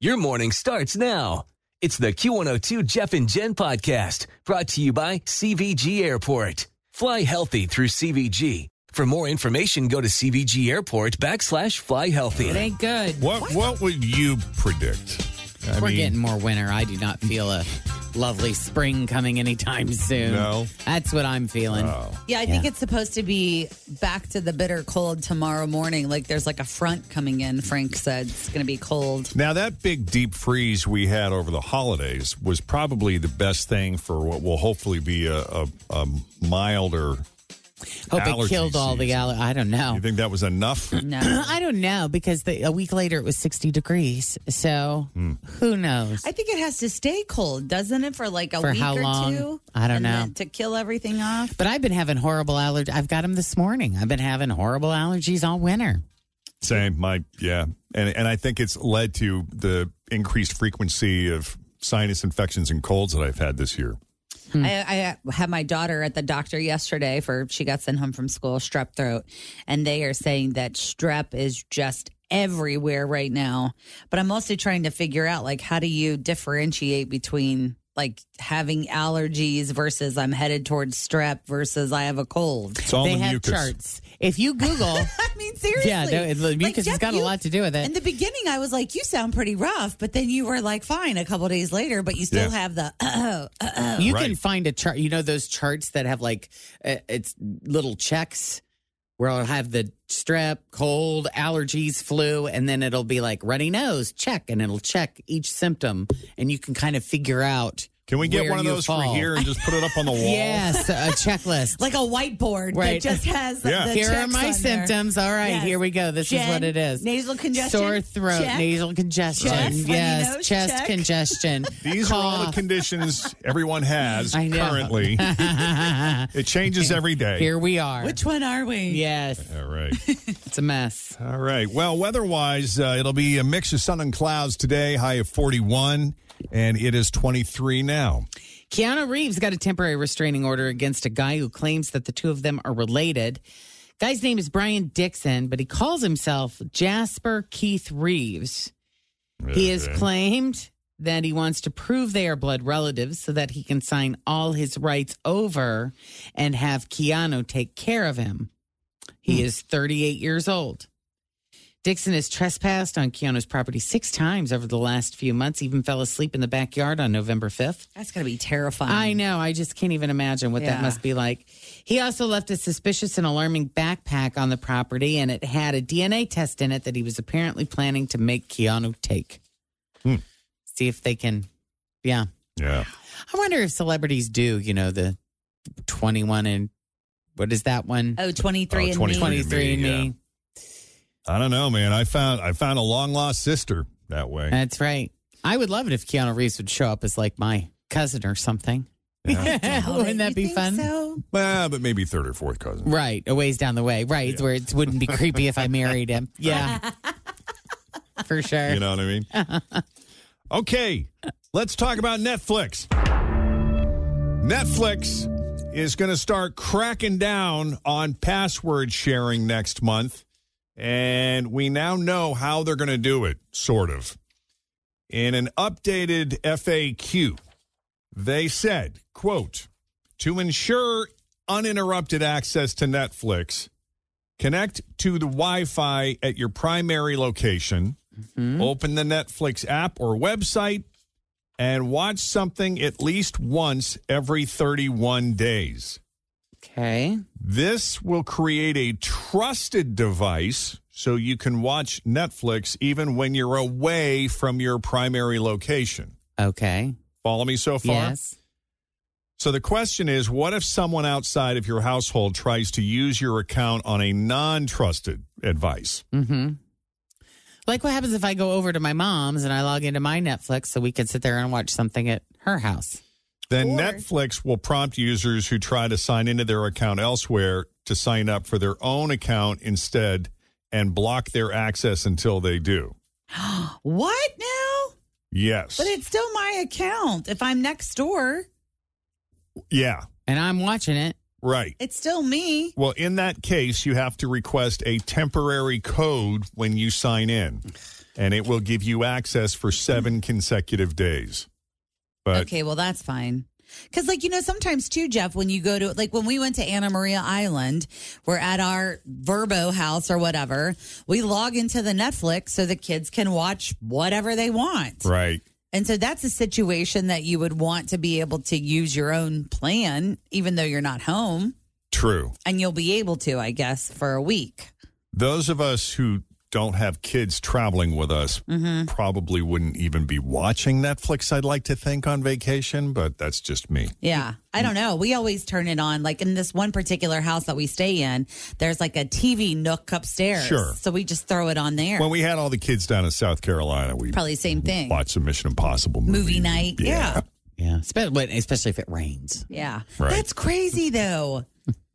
Your morning starts now. It's the Q102 Jeff and Jen podcast brought to you by CVG Airport. Fly healthy through CVG. For more information, go to CVG Airport backslash fly healthy. It ain't good. What what would you predict? I We're getting more winter. I do not feel a lovely spring coming anytime soon. No? Uh, That's what I'm feeling. Yeah, I think Yeah. it's supposed to be back to the bitter cold tomorrow morning. Like there's like a front coming in. Frank said it's going to be cold. now that big deep freeze we had over the holidays was probably the best thing for what will hopefully be a, a, a milder. Hope it allergy killed all the season. aller- I don't know. You think that was enough? No. I don't know because the, a week later it was 60 degrees. So Hmm. who knows? I think it has to stay cold, doesn't it, for like a For week how or long? two? I don't And know. then To kill everything off. but I've been having horrible allergies. I've got them this morning. I've been having horrible allergies all winter. Same, my yeah, and and I think it's led to the increased frequency of sinus infections and colds that I've had this year. Mm. I, I had my daughter at the doctor yesterday for she got sent home from school strep throat, and they are saying that strep is just everywhere right now. But I'm also trying to figure out like how do you differentiate between like having allergies versus I'm headed towards strep versus I have a cold. It's all they the have mucus. charts. If you Google. I mean, seriously. Yeah, no, it- the mucus has Jeff, got a lot to do with it. In the beginning, I was like, "You sound pretty rough," but then you were like, "Fine." A couple days later, but you still Yeah. have the uh You Right. can find a chart. You know those charts that have like uh, it's little checks where I'll have the strep, cold, allergies, flu, and then it'll be like runny nose, check, and it'll check each symptom, and you can kind of figure out. Can we get where one of you those fall. for here and just put it up on the wall? Yes, a checklist. like a whiteboard Right. that just has Yeah. the here are checks my on there. symptoms. All right, Yes. here we go. This is Jen, what it is. Nasal congestion. Sore throat, Check. nasal congestion, Chest, runny yes, nose, chest check. congestion. These are all the cough. conditions everyone has I know. currently. it changes every day. Here we are. Which one are we? yes, all right. it's a mess. All right. Well, weather wise, uh, it'll be a mix of sun and clouds today, high of 41, and it is 23 now. Keanu Reeves got a temporary restraining order against a guy who claims that the two of them are related. Guy's name is Brian Dixon, but he calls himself Jasper Keith Reeves. He has claimed that he wants to prove they are blood relatives so that he can sign all his rights over and have Keanu take care of him. He is 38 years old. Dixon has trespassed on Keanu's property six times over the last few months, even fell asleep in the backyard on November 5th. That's gonna be terrifying. I know. I just can't even imagine what that Yeah. must be like. He also left a suspicious and alarming backpack on the property, and it had a DNA test in it that he was apparently planning to make Keanu take. Hmm. See if they can. Yeah. Yeah. I wonder if celebrities do, you know, the 21 and what is that one? Oh, 23 Oh, and 23. me. 23 and me. yeah. I don't know, man. I found I found a long lost sister that way. That's right. I would love it if Keanu Reeves would show up as like my cousin or something. Oh, Wouldn't that You be think fun? So? Well, but maybe third or fourth cousin. Right, a ways down the way. Right, where it wouldn't be creepy if I married him. Yeah, for sure. You know what I mean? okay. Let's talk about Netflix. Netflix is going to start cracking down on password sharing next month. And we now know how they're going to do it, sort of. In an updated FAQ, they said, quote, to ensure uninterrupted access to Netflix, connect to the Wi-Fi at your primary location, open the Netflix app or website, and watch something at least once every 31 days. Okay. This will create a trusted device so you can watch Netflix even when you're away from your primary location. Okay. Follow me so far? Yes. So the question is what if someone outside of your household tries to use your account on a non trusted advice? Mm-hmm. Like what happens if I go over to my mom's and I log into my Netflix so we could sit there and watch something at her house? Then Or- Netflix will prompt users who try to sign into their account elsewhere to sign up for their own account instead and block their access until they do. What now? Yes. But it's still my account. If I'm next door, yeah, And I'm watching it. right. it's still me. Well, in that case, you have to request a temporary code when you sign in, and it will give you access for seven consecutive days. But okay, well that's fine. Cause like you know, sometimes too, Jeff, when you go to like when we went to Anna Maria Island, we're at our Verbo house or whatever. We log into the Netflix so the kids can watch whatever they want. right, And so that's a situation that you would want to be able to use your own plan, even though you're not home. true. And you'll be able to, I guess, for a week. Those of us who don't have kids traveling with us Mm-hmm. probably wouldn't even be watching Netflix. I'd like to think on vacation, but that's just me. Yeah. I don't know. We always turn it on. Like in this one particular house that we stay in, there's like a TV nook upstairs. Sure. So we just throw it on there. When we had all the kids down in South Carolina, we Probably same thing. watched some Mission Impossible movie, Movie night. Yeah. Yeah. Espe- but Especially if it rains. Yeah. Right. That's crazy though.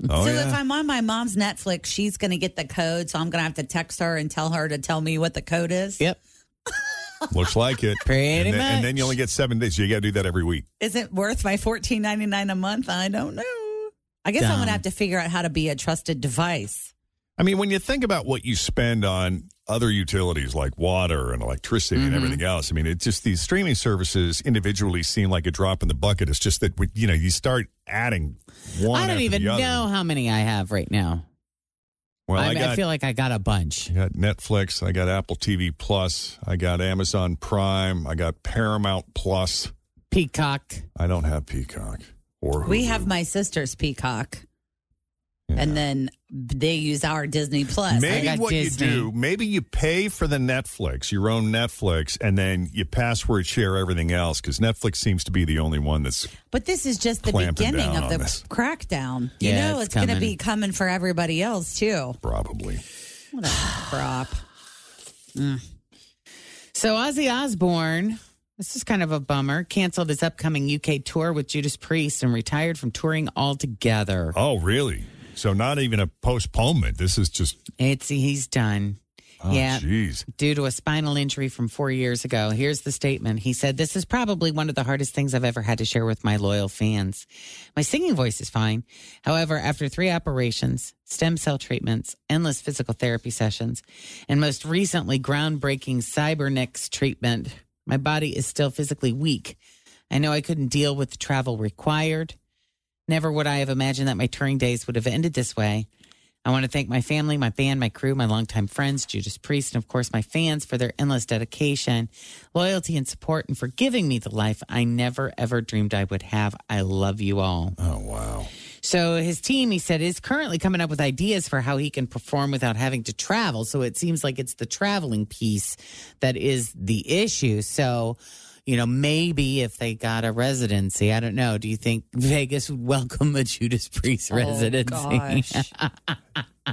Oh, so yeah. if I'm on my mom's Netflix, she's going to get the code. So I'm going to have to text her and tell her to tell me what the code is. Yep. Looks like it. Pretty and, then, and much. then you only get seven days. You got to do that every week. Is it worth my fourteen ninety nine a month? I don't know. I guess I'm Dumb. gonna have to figure out how to be a trusted device. I mean, when you think about what you spend on other utilities like water and electricity Mm-hmm. and everything else, I mean, it's just these streaming services individually seem like a drop in the bucket. It's just that, we, you know, you start adding one. I don't after even the other. know how many I have right now. Well, I, I, mean, got, I feel like I got a bunch. I got Netflix, I got Apple TV Plus, I got Amazon Prime, I got Paramount Plus. Peacock. I don't have Peacock or We Hulu. have my sister's Peacock, Yeah. and then they use our Disney Plus. I Maybe got what Disney. you do, maybe you pay for the Netflix, your own Netflix, and then you password share everything else because Netflix seems to be the only one that's But this is just the Clamping beginning down of on the this. crackdown. You Yeah, know, it's it's, gonna coming. be coming for everybody else too. probably. What a crop. So Ozzy Osbourne, this is kind of a bummer, canceled his upcoming UK tour with Judas Priest and retired from touring altogether. Oh, really? So not even a postponement. This is just, It's he's done. oh, Yeah. jeez. Due to a spinal injury from four years ago. Here's the statement. He said, This is probably one of the hardest things I've ever had to share with my loyal fans. My singing voice is fine. However, after three operations, stem cell treatments, endless physical therapy sessions, and most recently, groundbreaking Cybernex treatment, my body is still physically weak. I know I couldn't deal with the travel required. Never would I have imagined that my touring days would have ended this way. I want to thank my family, my band, my crew, my longtime friends, Judas Priest, and of course my fans for their endless dedication, loyalty, and support, and for giving me the life I never ever dreamed I would have. I love you all. Oh, wow. So his team, he said, is currently coming up with ideas for how he can perform without having to travel. So it seems like it's the traveling piece that is the issue. So, you know, maybe if they got a residency, I don't know. Do you think Vegas would welcome a Judas Priest residency? Oh, gosh.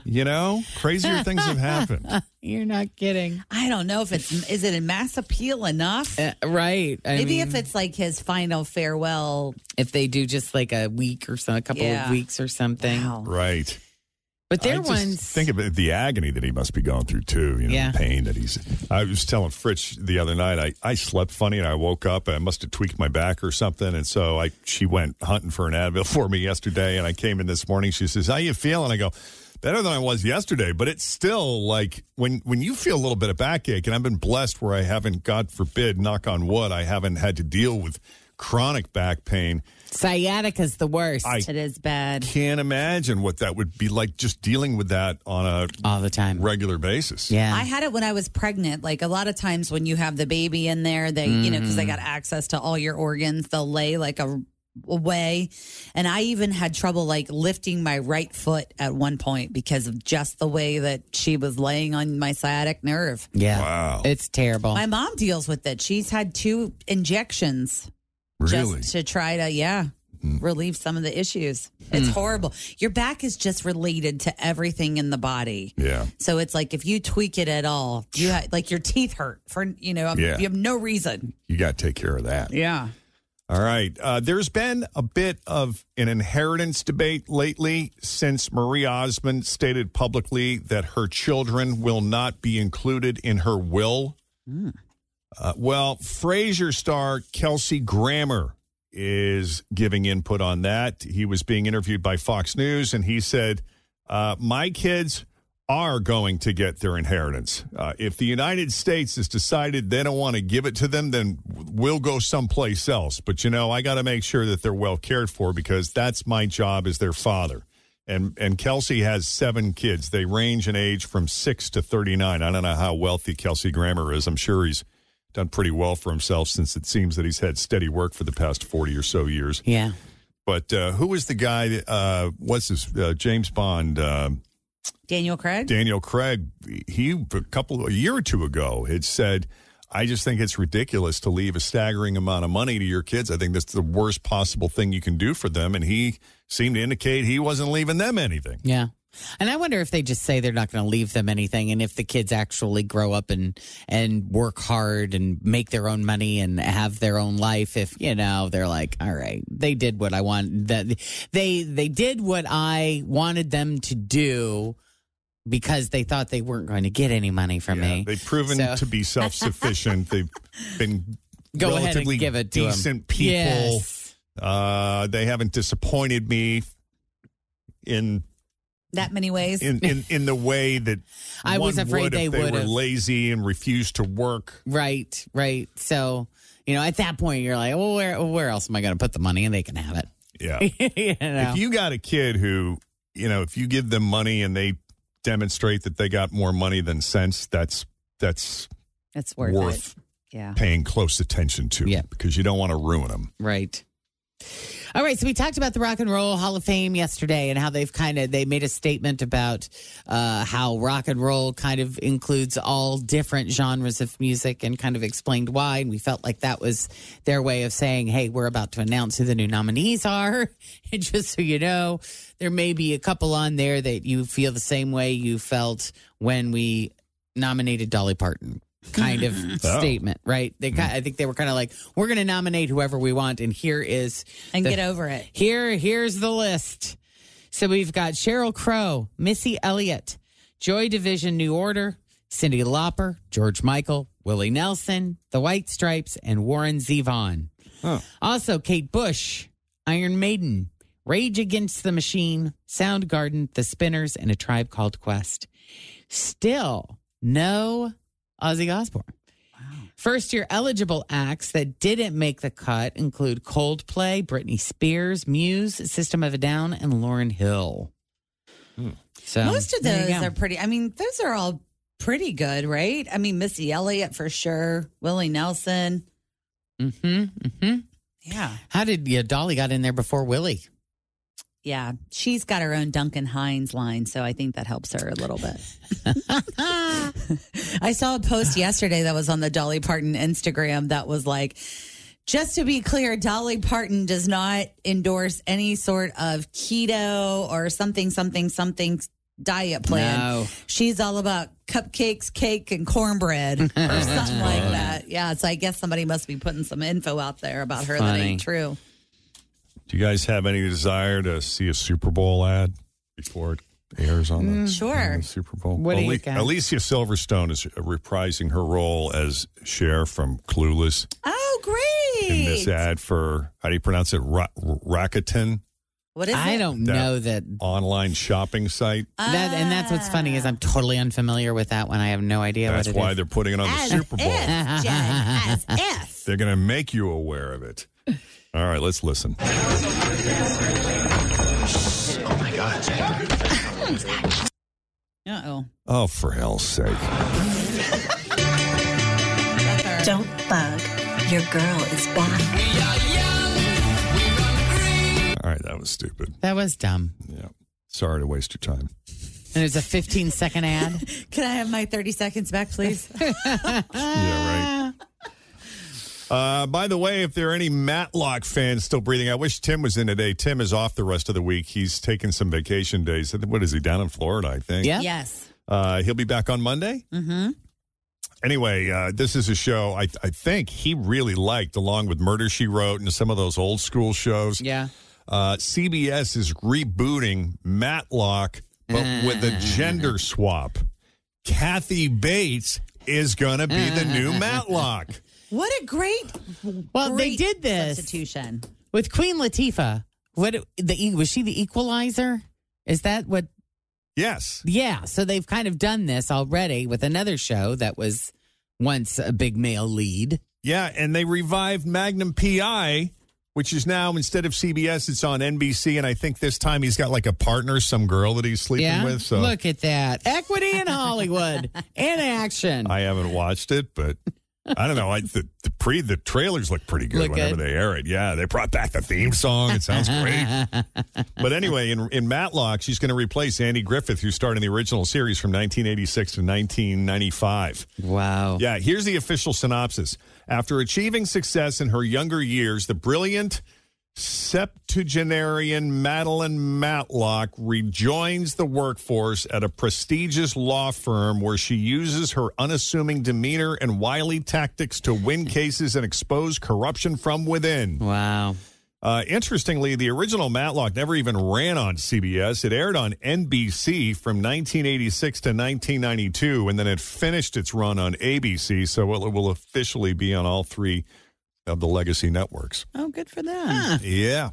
You know, crazier things have happened. You're not kidding. I don't know if it's is it a mass appeal enough? Uh, right. I Maybe if mean, it's like his final farewell. if they do just like a week or so, a couple of Yeah. weeks or something. Wow. Right. But I their just ones. Think of it, the agony that he must be going through too. You know, Yeah. the pain that he's. I was telling Fritz the other night. I, I slept funny and I woke up. and I must have tweaked my back or something, and so I she went hunting for an Advil for me yesterday, and I came in this morning. She says, "How you feeling?" I go. Better than I was yesterday, but it's still like when when you feel a little bit of backache, and I've been blessed where I haven't, God forbid, knock on wood, I haven't had to deal with chronic back pain. sciatica's the worst I- It is bad. Can't imagine what that would be like just dealing with that on a all the time. regular basis. Yeah. I had it when I was pregnant. Like a lot of times when you have the baby in there, they, you know, because they got access to all your organs, they'll lay like a away. And I even had trouble like lifting my right foot at one point because of just the way that she was laying on my sciatic nerve. yeah. Wow. It's terrible. My mom deals with it. She's had two injections Really? just to try to, yeah. relieve some of the issues. It's horrible. Your back is just related to everything in the body. Yeah. So it's like if you tweak it at all, you ha- like your teeth hurt for you know um, Yeah. you have no reason. You got to take care of that. Yeah. All right. Uh, there's been a bit of an inheritance debate lately since Marie Osmond stated publicly that her children will not be included in her will. Uh, well, Frasier star Kelsey Grammer is giving input on that. He was being interviewed by Fox News, and he said, uh, "My kids are going to get their inheritance. Uh, if the United States has decided they don't want to give it to them, then we'll go someplace else. But you know, I got to make sure that they're well cared for because that's my job as their father." And and Kelsey has seven kids. They range in age from six to thirty nine. I don't know how wealthy Kelsey Grammer is. I'm sure he's done pretty well for himself since it seems that he's had steady work for the past 40 or so years. Yeah. But uh, who was the guy? that, Uh, what's his uh, James Bond? Uh, Daniel Craig. Daniel Craig. He a couple a year or two ago had said, "I just think it's ridiculous to leave a staggering amount of money to your kids. I think that's the worst possible thing you can do for them." And he seemed to indicate he wasn't leaving them anything. Yeah. And I wonder if they just say they're not going to leave them anything and if the kids actually grow up and and work hard and make their own money and have their own life if you know they're like all right they did what I want that they they did what I wanted them to do because they thought they weren't going to get any money from me. They've proven So- to be self sufficient. They've been Go ahead and relatively give it to 'em. decent people. Yes. Uh, they haven't disappointed me in that many ways. in in, in the way that I was one afraid would if they they were would've. lazy and refused to work. Right, right. So, you know, at that point you're like, "Well, where where else am I going to put the money and they can have Yeah. it?" you know. If you got a kid who, you know, if you give them money and they demonstrate that they got more money than sense, that's that's It's worth, worth, it. Yeah. paying close attention to. Yeah. Because you don't want to ruin them. Right. All right, so we talked about the Rock and Roll Hall of Fame yesterday and how they've kind of they made a statement about uh, how rock and roll kind of includes all different genres of music and kind of explained why. And we felt like that was their way of saying, "Hey, we're about to announce who the new nominees are." and just so you know, there may be a couple on there that you feel the same way you felt when we nominated Dolly Parton kind of statement, right? They ki I think they were kind of like, we're going to nominate whoever we want and here is And the- get over it. Here here's the list. So we've got Cheryl Crow, Missy Elliott, Joy Division New Order, Cindy Lauper, George Michael, Willie Nelson, The White Stripes and Warren Zevon. Also Kate Bush, Iron Maiden, Rage Against the Machine, Soundgarden, The Spinners and A Tribe Called Quest. Still no Ozzy Osbourne. First year eligible acts that didn't make the cut include Coldplay, Britney Spears, Muse, System of a Down, and Lauren Hill. Hmm. So Most of there those you go. are pretty. I mean, those are all pretty good, right? I mean, Missy Elliott for sure, Willie Nelson. Mhm, mhm. Yeah. How did yeah, Dolly got in there before Willie? Yeah. She's got her own Duncan Hines line, so I think that helps her a little bit. I saw a post yesterday that was on the Dolly Parton Instagram that was like, just to be clear, Dolly Parton does not endorse any sort of keto or something, something, something diet plan. No. She's all about cupcakes, cake, and cornbread or something like that. Yeah. So I guess somebody must be putting some info out there about her that ain't true. Do you guys have any desire to see a Super Bowl ad before it airs Mm. on the, sure. on the Super Bowl? What do you Ale- got? Alicia Silverstone is reprising her role as Cher from Clueless Oh, in this great. ad for, how do you pronounce it? Ra- Rakuten What is I it? don't That- know that online shopping site. that and that's what's funny is I'm totally unfamiliar with that one. I have no idea That's what it why is. they're putting it on the Super Bowl. If, Jen, as if. They're going to make you aware of it. All right, let's listen. Uh oh. Oh, for hell's sake. Don't bug. Your girl is back. All right, that was stupid. That was dumb. Yeah. Sorry to waste your time. And it was a 15 second ad. Can I have my 30 seconds back, please? Yeah, right. Uh, by the way, if there are any Matlock fans still breathing, I wish Tim was in today. Tim is off the rest of the week. He's taking some vacation days. I think- What is he down in Florida? I think. Yeah. Yes. Uh, he'll be back on Monday. Mm-hmm. Anyway, uh, this is a show I, I think he really liked, along with Murder She Wrote and some of those old school shows. Yeah. Uh, CBS is rebooting Matlock, but with Uh. a gender swap. Kathy Bates is going to be the new Matlock. What a great Well, they great did this substitution. with Queen Latifah. What the e- was she the equalizer? Is that what? Yes. Yeah. So they've kind of done this already with another show that was once a big male lead. Yeah, and they revived Magnum PI, which is now instead of CBS, it's on NBC. And I think this time he's got like a partner, some girl that he's sleeping yeah. with. uh, So Look at that equity in Hollywood in action. I haven't watched it, but I don't know. I the, the pre the trailers look pretty good Look whenever good. they air it. Yeah, they brought back the theme song. It sounds great. but anyway, in in Matlock, she's going to replace Andy Griffith, who starred in the original series from 1986 to 1995. wow. Yeah, here's the official synopsis. After achieving success in her younger years, the brilliant septuagenarian Madeline Matlock rejoins the workforce at a prestigious law firm where she uses her unassuming demeanor and wily tactics to win cases and expose corruption from within. Wow. Uh, interestingly, the original Matlock never even ran on CBS. It aired on NBC from 1986 to 1992, and then it finished its run on ABC. So it will officially be on all three of the legacy networks. Oh, good for them. Yeah.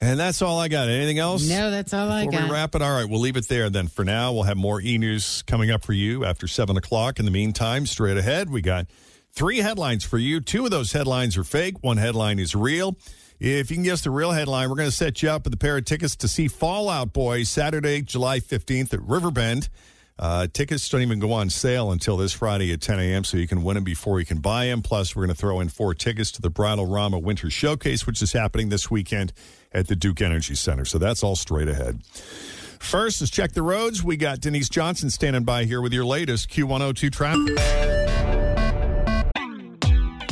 And that's all I got. Anything else? No, that's all I Before got. we wrap it, all right, we'll leave it there then for now. We'll have more e news coming up for you after 7 o'clock. In the meantime, straight ahead, we got three headlines for you. Two of those headlines are fake, one headline is real. If you can guess the real headline, we're going to set you up with a pair of tickets to see Fallout Boy Saturday, July 15th at Riverbend. Uh, tickets don't even go on sale until this Friday at 10 a.m., so you can win them before you can buy them. Plus, we're going to throw in four tickets to the Bridal Rama Winter Showcase, which is happening this weekend at the Duke Energy Center. So that's all straight ahead. First, let's check the roads. We got Denise Johnson standing by here with your latest Q102 traffic.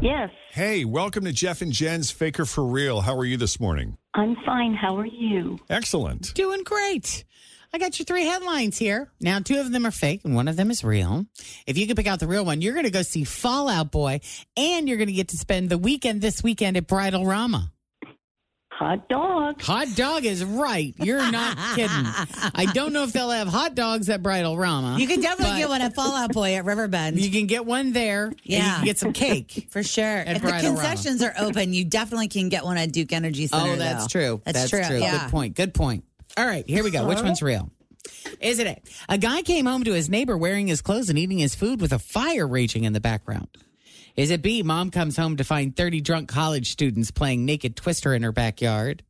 Yes, hey, welcome to Jeff and Jen's Faker for Real. How are you this morning? I'm fine. How are you? Excellent. Doing great. I got your three headlines here. Now, two of them are fake and one of them is real. If you can pick out the real one, you're going to go see Fallout Boy and you're going to get to spend the weekend this weekend at Bridal Rama. Hot dog. Hot dog is right. You're not kidding. I don't know if they'll have hot dogs at Bridal Rama. You can definitely But- get one at Fallout Boy at Riverbend. You can get one there. Yeah. And you Yeah. can get some cake. for sure. At If the Bridal Rama. concessions are open, you definitely can get one at Duke Energy Center. Oh, that's though. true. That's, true. Yeah. Good point. Good point. All right, here we go. Which one's real? Is it A? A guy came home to his neighbor wearing his clothes and eating his food with a fire raging in the background. Is it B? Mom comes home to find 30 drunk college students playing naked twister in her backyard.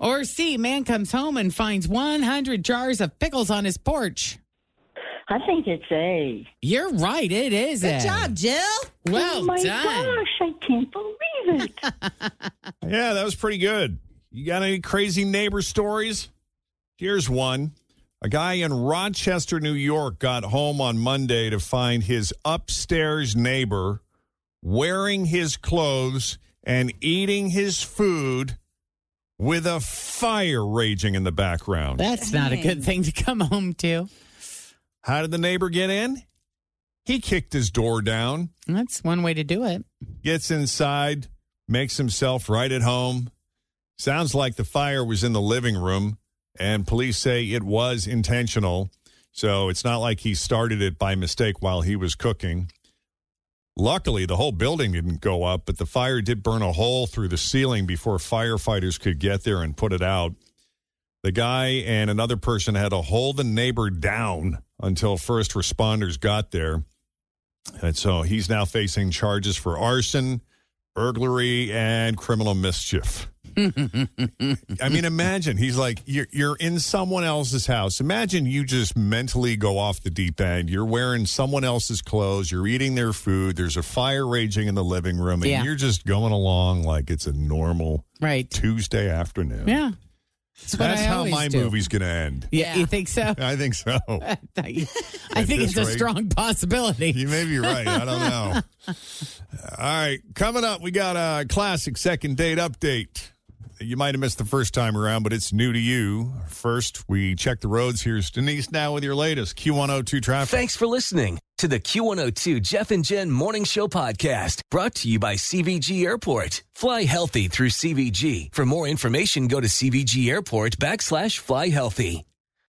Or C? Man comes home and finds 100 jars of pickles on his porch. I think it's A. You're right. It is Good A. job, Jill. Well oh my done. gosh, I can't believe it. Yeah, that was pretty good. You got any crazy neighbor stories? Here's one. A guy in Rochester, New York got home on Monday to find his upstairs neighbor wearing his clothes and eating his food with a fire raging in the background. That's not a good thing to come home to. How did the neighbor get in? He kicked his door down. That's one way to do it. Gets inside, makes himself right at home. Sounds like the fire was in the living room, and police say it was intentional. So it's not like he started it by mistake while he was cooking. Luckily, the whole building didn't go up, but the fire did burn a hole through the ceiling before firefighters could get there and put it out. The guy and another person had to hold the neighbor down until first responders got there. And so he's now facing charges for arson, burglary, and criminal mischief. I mean, imagine he's like, you're, you're in someone else's house. Imagine you just mentally go off the deep end. You're wearing someone else's clothes. You're eating their food. There's a fire raging in the living room, and Yeah. you're just going along like it's a normal Right. Tuesday afternoon. Yeah. That's, what That's I how always my do. movie's going to end. Yeah, you think so? I think so. I think this it's a rate- strong possibility. You may be right. I don't know. All right. Coming up, we got a classic second date update. You might have missed the first time around, but it's new to you. First, we check the roads. Here's Denise now with your latest Q102 traffic. Thanks for listening to the Q102 Jeff and Jen Morning Show podcast brought to you by CVG Airport. Fly healthy through CVG. For more information, go to CVG Airport backslash fly healthy.